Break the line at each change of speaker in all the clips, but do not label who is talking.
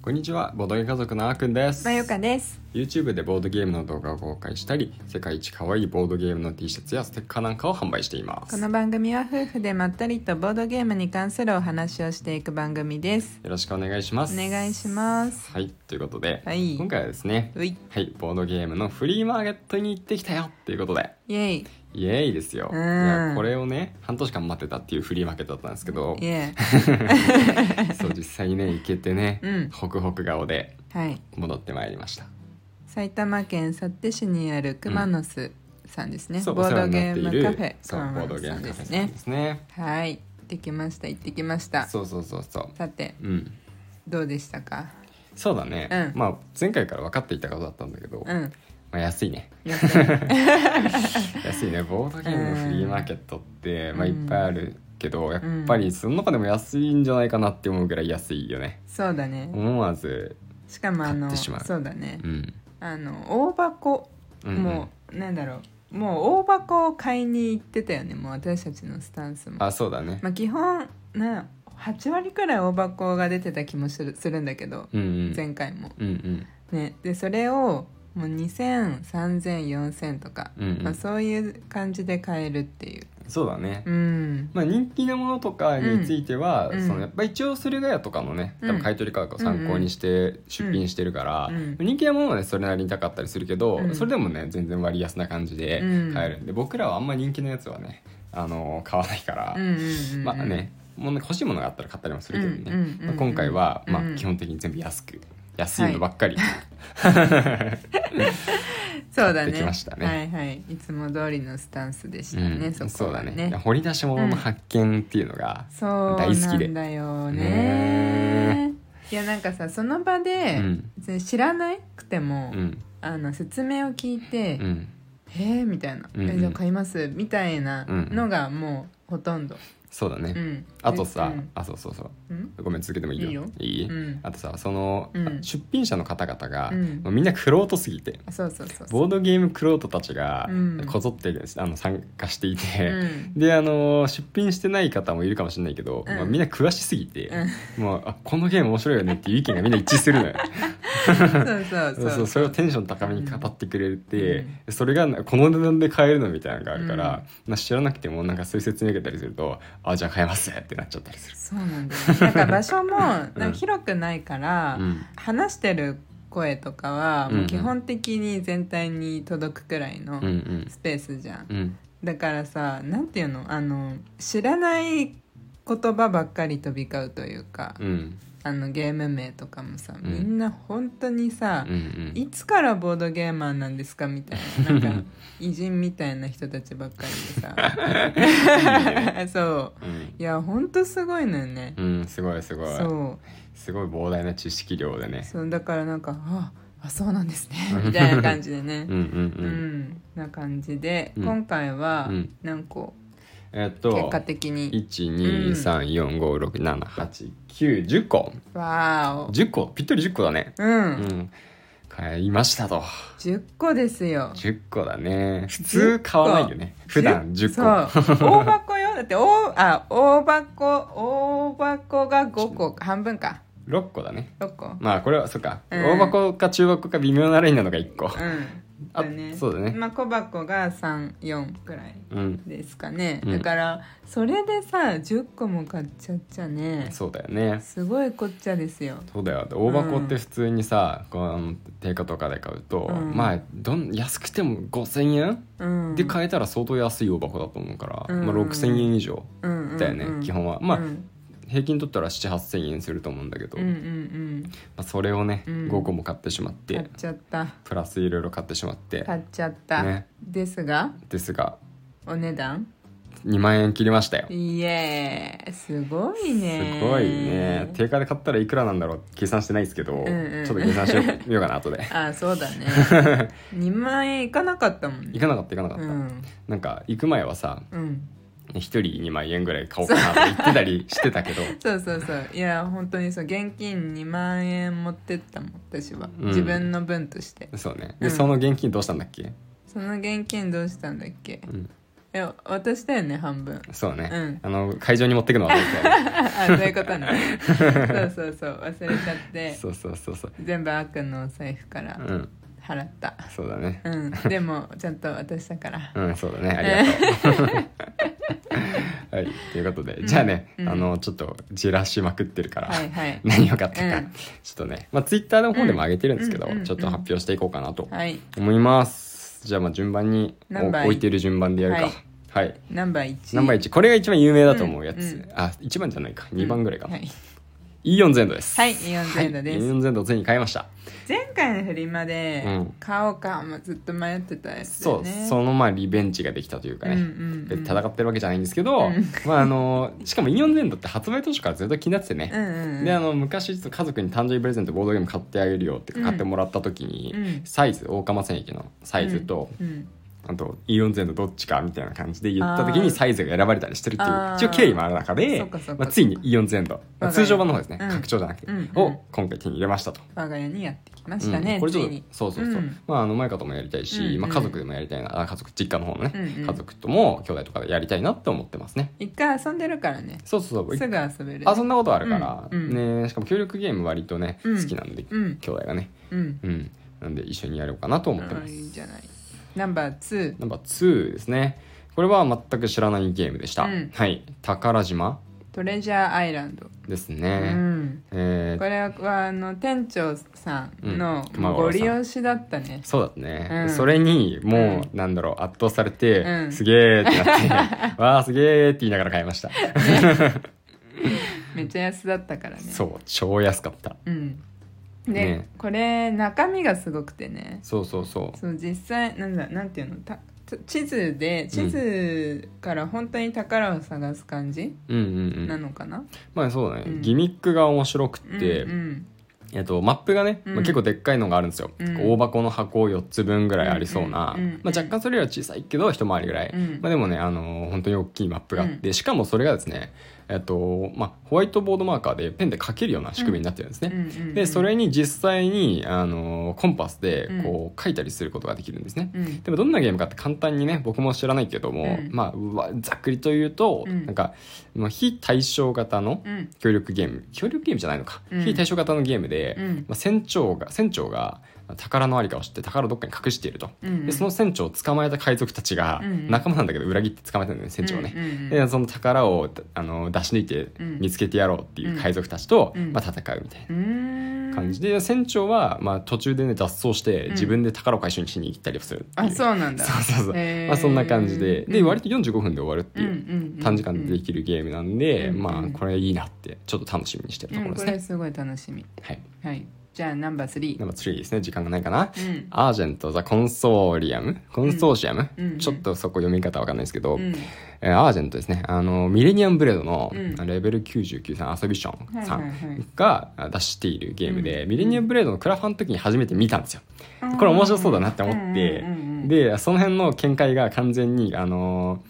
こんにちはボードゲー家族のあーくんです
まよかです
YouTube でボードゲームの動画を公開したり世界一可愛いボードゲームの T シャツやステッカーなんかを販売していま
こ
す
の
よ
番組は夫婦でまったりとボードゲームに関するお話をしていく番組です
ろしくお願いします
お願いします
はいということで、
はい
今回はですね
うい
はいボードゲームのフリーマーケットに行ってきたよっていうことで
イエイ
イエーイですよ、
うん
いやこれをね半年間待ってたっていうフリーマーケットだったんですけど
イエ
そう実際ね行けてね、
うん
ホクホク顔で
イはい
戻ってまいりました
埼玉県幸手市にあるクマノスさんですね、
そう
ボードゲ
お世話になっ
ーム
ている
カフェ
そうボードゲームカフェさ
さ
ん
ん
ですね
はい行ってきました行ってきました
そうそうそうそう
さて
うん
どうでしたか
そうだね、
うん
まあ前回から分かっていたことだったんだけど、
う
ま
ん
あ、安い ね
よく
安いねボードゲームのフリーマーケットって、まあ、いっぱいあるけどやっ
ん
ぱりその中でも安いんじゃないかなって思うぐらい安いよね
そうだね
思わず
しかもあの
買ってしまう
そうだね
うん
あの大箱
うんうん
もうなんだろうもう大箱を買いに行ってたよねもう私たちのスタンスも
あそうだね、
まあ、基本な8割くらい大箱が出てた気もするするんだけど、
うんうん
前回も
うんうん
ねでそれをもう200030004000とか、
うんうん
まあ、そういう感じで買えるっていう
そうだね、
うん
まあ、人気のものとかについては、
うん
そのやっぱ一応駿河屋とかのね、
うん
多分買い取り価格を参考にして出品してるから、
うん
人気のものはねそれなりに高かったりするけど、
うん
それでもね全然割安な感じで
うん
買えるんで、僕らはあんま人気のやつはね、あの買わないから、
うんうんうんうん
まあねもうね欲しいものがあったら買ったりもするけどね、
うんうんうんうん
まあ、今回は、ま
う
あ、
ん
基本的に全部安く安いのばっかり、買
そうだ
ってき
ね
ましたね
はいはいいつも通りのスタンスでしたね、
うん
そ
そ
こ
うだ
は
ねいや掘り出し物の発見っていうのが、
そう
大好きで
なんだよね
ね
いやなんかさその場
う
で、
ん
別に知らなくても、
うん
あの説明を聞いて
う、ん、
へえみたいな、
うんうん
えじゃあ買いますみたいなのがもうほとんど、
そうだね、
うん、
あとさ、
うん
あそうそうそう
うん
ごめん続けてもいいよ
いいようん
あとさその、
うん
出品者の方々が、
うん
もうみんなクロートすぎて
あそうそうそうそう
ボードゲームクロートたちが
うん
こぞってです、あの参加していて、
うん
であの出品してない方もいるかもしれないけど、
うん
まあ、みんな詳しすぎて、もうあこのゲーム面白いよねっていう意見がみんな一致す るのよ
そうそう
そう
そ
そううそれをテンション高めに語ってくれて
うん、
それがこの値段で買えるのみたいなのがあるから、まあ、知らなくてもなんかそういう説明受けたりするとあじゃあ買えますってなっちゃったりする。
そうなんだよ、ね、なんか 場所もなんか広くないから、
うん
話してる声とかは
うん
も
うん
う基本的に全体に届くくらいの
うんうん
スペースじゃん、
うん
だからさなんていうのあの知らない言葉ばっかり飛び交うというか、
うん
あのゲーム名とかもさ
うん
みんな本当にさ、
うんうん
いつからボードゲーマーなんですかみたい ななんか偉人みたいな人たちばっかりで さそう
うん
いや本当すごいのよね、
うん、すごいすごい
そ
すごい膨大な知識量で
う
ね
そうだからなんかああそうなんですねみたいな感じでね
うんうん
う
うん、
んな感じで、
うん
今回は
うん
何個
えっ
結
と
果的に、
12345678910個
わー
10個ぴったり10個だね
おう、
うんん買いましたと
10個ですよ
10個だね普通買わないよね普段
十
10個
そう大箱よだって大あ大箱大箱が5個半分か
6個だね
6個
まあこれはそっか、
うん
大箱か中箱か微妙なラインなのが1個、
うん
あ
だね
そうだね
まあ小箱が34くらい
うん
ですかね、
うん
だからそれでさ10個も買っちゃっちゃね
そうだよね
すごいこっちゃですよ
そうだよ大箱って普通にさ、こうあの定価とかで買うと、
うん
まあどん安くても5,000円
うん
で買えたら相当安い大箱だと思うから、
うん
まあ、6,000円以上
うんうん
だよね、基本はまあ、
うん
平均取ったら7,8,000円すると思うんだけど、
うんうんう
まあ、
ん
それをね、
うん
5個も買ってしまって、
買っちゃった
プラスいろいろ買ってしまって
買っちゃった、
ね
ですが
ですが
お値段
2万円切りましたよ。
いえすごいね
すごいね定価で買ったらいくらなんだろう計算してないですけど、
んうん
ちょっと計算しよう見ようかな後で
あそうだね 2万円いかなかったもん
行
ね
かなかった行かなか
う
った、
ん
なんか行く前はさ
うん
一人2万円ぐらい買おうかなって言ってたりしてたけど
そうそうそういや本当にそう現金2万円持ってったもん私は、
うん
自分の分として
そうねで、
うん
その現金どうしたんだっけ
その現金どうしたんだっけ、
ん
ええ渡したよね 半分
そうね、
うん
あの会場に持ってくのは忘れ て
あそういうことねそうそうそう忘れちゃって
そうそうそうそう
全部あっくんのお財布から
うん
払った
そうだね
うんでもちゃんと渡したから
うん、そうだねありがとうはいということで、じゃあね、
うん
あのちょっとじらしまくってるから、
はいはい
何を買ったか、
うん
ちょっとねまあツイッターの方でも上げてるんですけど、
うんうんうん
ちょっと発表していこうかなと
はい
思います、じゃあまあ順番に
何番
お置いてる順番でやるか
はい
はい、
ナンバー1
ナンバー1これが一番有名だと思うやつ、
うんうん
あ一番じゃないか2番ぐらいか、
はい
イオンゼンドです
はいイオンゼンドです
はいイオンゼンドをついに買いました
前回のフリマで
うん
買おうかもずっと迷ってたやつだ
そ
よ
う
ね
そのまあリベンジができたというかね、
うんうんうん
別に戦ってるわけじゃないんですけど、
うん
まああのしかもイオンゼンドって発売当初からずっと気になっててね、
うんうんうん
であの昔ちょっと家族に誕生日プレゼントボードゲーム買ってあげるよって
うん
買ってもらった時に、
うん
サイズ大釜線駅のサイズと、
うん
あとイオンゼンドどっちかみたいな感じで言った時
あー
にサイズが選ばれたりしてるっていう
あー
一応経緯もある中で
そっかそっかそっか
まあ、ついにイオンゼンド、まあ通常版の方ですね、
うん
拡張じゃなくて、
うんうん
を今回手に入れましたと。
我が家にやってきましたね、
うんこれちょっ
ついに
とそうそうそう、
ん
まああの前かともやりたいし、
うんうん
まあ、家族でもやりたいなあ家族実家の方のね、
うんうん
家族とも兄弟とかでやりたいなって思ってますね
一回遊んでるからね
そうそうそう
すぐ遊べる
遊んだことあるから、
うんう
ねしかも協力ゲーム割とね、
うん
好きなんで、
うん
兄弟がね
うん
うんなんで一緒にやろうかなと思って
う
ま
ん
す、
いいじゃないナンバー2
ナンバー2ですねこれは全く知らないゲームでした、
うん
はい宝島
トレジャーアイランド、
です
う
ね、
ん、
えー
これはあの店長さんの
うん熊五郎さん
ご利用しだったね、
そうだね、
うん
それにもう、なんだろう圧倒されて、
うん
すげーってなって わーすげーって言いながら買いました
めっちゃ安だったからね
そう超安かった
う、ん、で、
ね
これ中身がすごくてね
そうそうそ
その実際なんだなんていうのたち地図で地図から本当に宝を探す感じ、
ううんうんう
なんのかな、
まあそうだね、
うん
ギミックが面白く
うん、
て、
うん
えっと、マップがね、
うん
まあ、結構でっかいのがあるんですよ、
うん
大箱の箱4つ分ぐらいありそうな、
うんうんうん
まあ、若干それよりは小さいけど一回りぐらい、
うん
まあ、でもね、あのー本当に大きいマップがあって、しかもそれがですね、えっとまあ、ホワイトボードマーカーでペンで書けるような仕組みになってるんですね、
うんうんうん
でそれに実際に、あのーコンパスでこう書いたりすることができるんですね、
うん
でもどんなゲームかって簡単にね僕も知らないけども、
うん
まあうわざっくりと言うと、
うん
なんかまあ非対称型の
うん
協力ゲーム協力ゲームじゃないのか、
うん
非対称型のゲームで、
うん
まあ、船長が船長が宝のありかを知って宝をどっかに隠していると、
うんうん
でその船長を捕まえた海賊たちが
うんうん
仲間なんだけど裏切って捕まえたんだよね船長をね。
うんうんうん
でその宝をあの出し抜いて
うん
見つけてやろうっていう海賊たちと、
うん
まあ、戦うみたいな
うーん
感じで船長は、まあ、途中でね脱走して
ん
自分で宝を回収しに行ったりするってい
あそうなんだ
そうそうそう、
へー
まあ、そんな感じでで
うん
割と45分で終わるっていううん
うんうん
短時間でできるゲームなんで、
うん
まあこれいいなってちょっと楽しみにしてるとこ
う
ろ
ん
で
こ
す
れ
ね、
すごい楽しみ
はい
はいじゃあナンバー3
ナンバー3ですね時間がないかな、
うん
アージェント・ザ・コンソーリアムコンソーシアム、
うんうん
ちょっとそこ読み方わかんないですけど、
うん
えーアージェントですねあのミレニアム・ブレードの
うん
レベル99さんアソビションさ
はいはいはい
んが出しているゲームで、ミレニアム・ブレードのクラファンの時に初めて見たんですよ、
うん
これ面白そうだなって思って、
うんうんうんうん
でその辺の見解が完全にあの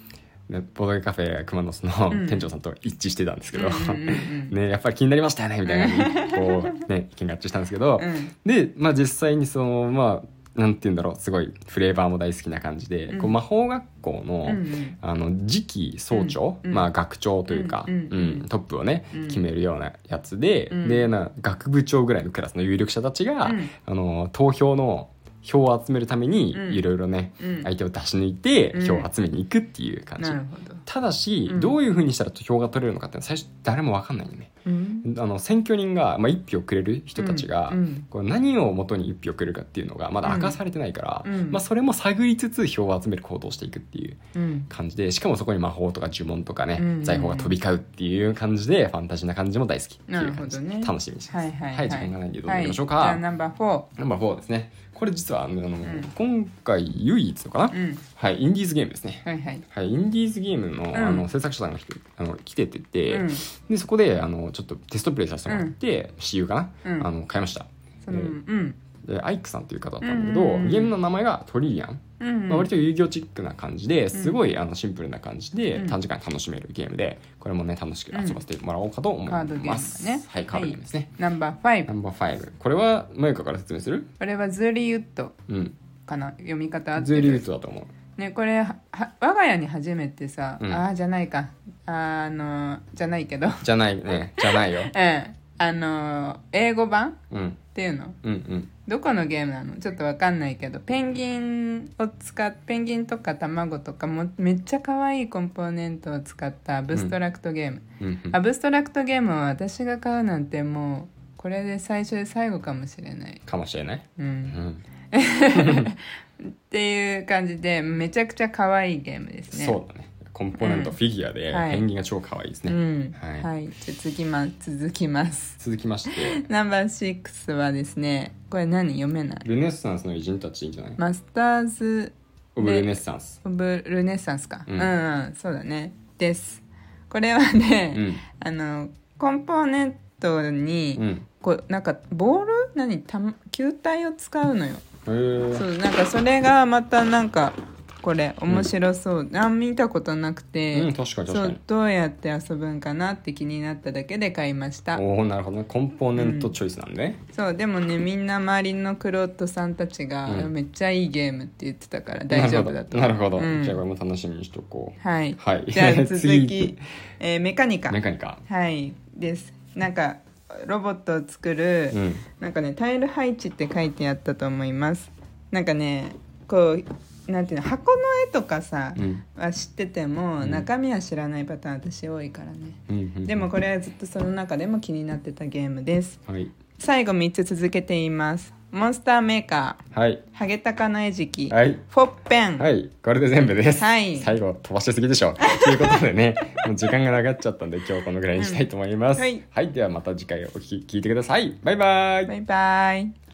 ねボードゲカフェ熊野の
うん
店長さんと一致してたんですけど、
うんうんうんう ん
ね、やっぱり気になりましたよねみたいな感じでこう、ね、意見が合致したんですけど、
うん
で、まあ、実際にそのまあなんて言うんだろうすごいフレーバーも大好きな感じで、
うん
こう魔法学校の、
うんうん
あの次期総長、
うん
まあ、学長というか、
う
うんん
うん
トップをね、
うん
決めるようなやつで、
うん
でな学部長ぐらいのクラスの有力者たちが、
うん
あの投票の票を集めるために
うん
いろいろね、
うん
相手を出し抜いて
うん
票を集めに行くっていう感じ、
なるほど
ただし、
うん
どういうふうにしたら票が取れるのかっていうのは最初誰も分かんないよね。
うん
あの選挙人が、まあ、1票くれる人たちが、
うんうん
こう何を元に1票くれるかっていうのがまだ明かされてないから、
うん
まあ、それも探りつつ票を集める行動をしていくっていう
うん
感じでしかもそこに魔法とか呪文とかね、
うん
財宝が飛び交うっていう感じでファンタジーな感じも大好きっていう感じ
なるほどね
楽しみにしてます
はいはい
時間がないんでどうぞ
は
行きましょうか、
じゃあナンバー4
ナンバー4ですねこれ実はあの、あの
ん
今回唯一のかな、
うん
はいインディーズゲームですね
はいはい
はい、インディーズゲームの,、
ん
あの制作者さんが来てあの来ててて、
うん
でそこであのちょっとテストプレイさせてもらって、私有かな、
うん
あの買いました
そのうん
でアイクさんという方だったんだけど、
うんうんうん
ゲームの名前がトリリアン、
うん
まあ、割と遊戯王チックな感じですごいあのシンプルな感じで短時間楽しめるゲームでこれもね楽しく遊ばせてもらおうかと思い
カードゲーム
ま
だ
す、
ね
はいカードゲームですね、
ナンバー5
ナンバー5これはマユカから説明する
これはズーリーウッド
うん
かな読み方合って
ズー
る
リウッドだと思う
ねこれはは我が家に初めてさ、
うん
ああじゃないかあのじゃないけど
じゃないねじゃないよ
うんあの英語版っ
うん
ていうの
うんうん
どこのゲームなのちょっとわかんないけどペンギンを使っペンギンとか卵とかもめっちゃ可愛いコンポーネントを使ったアブストラクトゲーム、
うんうん
アブストラクトゲームは私が買うなんてもうこれで最初で最後かもしれない、
かもしれない、
う、
うんん、
っていう感じでめちゃくちゃ可愛いゲームですね
そうだねコンポーネント、
うん
フィギュアで、
はい
ペンギンが超可愛いですね、
うん
はい
はい、じゃあ続きます続きます
続きまして
ナンバー6はですねこれ何読めない
ルネッサンスの偉人たちいいんじゃない、
マスターズ・
オブルネッサンス
オブ・ルネッサンスか、
う
うんん、うんそうだねですこれはね、
うん
あのコンポーネントに、
うん
こうなんかボール何た球体を使うのよ
へー
そうなんかそれがまたなんかこれ面白そう、あん見たことなくて、
うん確かに確
そ
か
う
に
どうやって遊ぶんかなって気になっただけで買いました
おおなるほどねコンポーネントチョイスなんでね、
そうでもねみんな周りのクロットさんたちが、
うん
めっちゃいいゲームって言ってたから大丈夫だと
なるほど、
う
なるほど
ん
じゃあこれも楽しみにしとこう
はい、
はい
じゃあ 続
次
き、えーメカニカ
メカニカ
はいですなんかロボットを作る、
うん
なんかねタイル配置って書いてあったと思いますなんかねこうなんていうの箱の絵とかさ、
うん
は知ってても、
うん
中身は知らないパターン私多いからね、
うんうん
でもこれはずっとその中でも気になってたゲームです
はい
最後3つ続けて言いますモンスターメーカ
はい
ーハゲタカの餌食、
はい
フォッペン、
はい、これで全部です。
はい
最後飛ばしすぎでしょ。ということで ね、もう時間がなくなっちゃったんで今日このぐらいにしたいと思います。
うんはい
はい、ではまた次回お聞き聞いてください。バイバイ。
バイバイ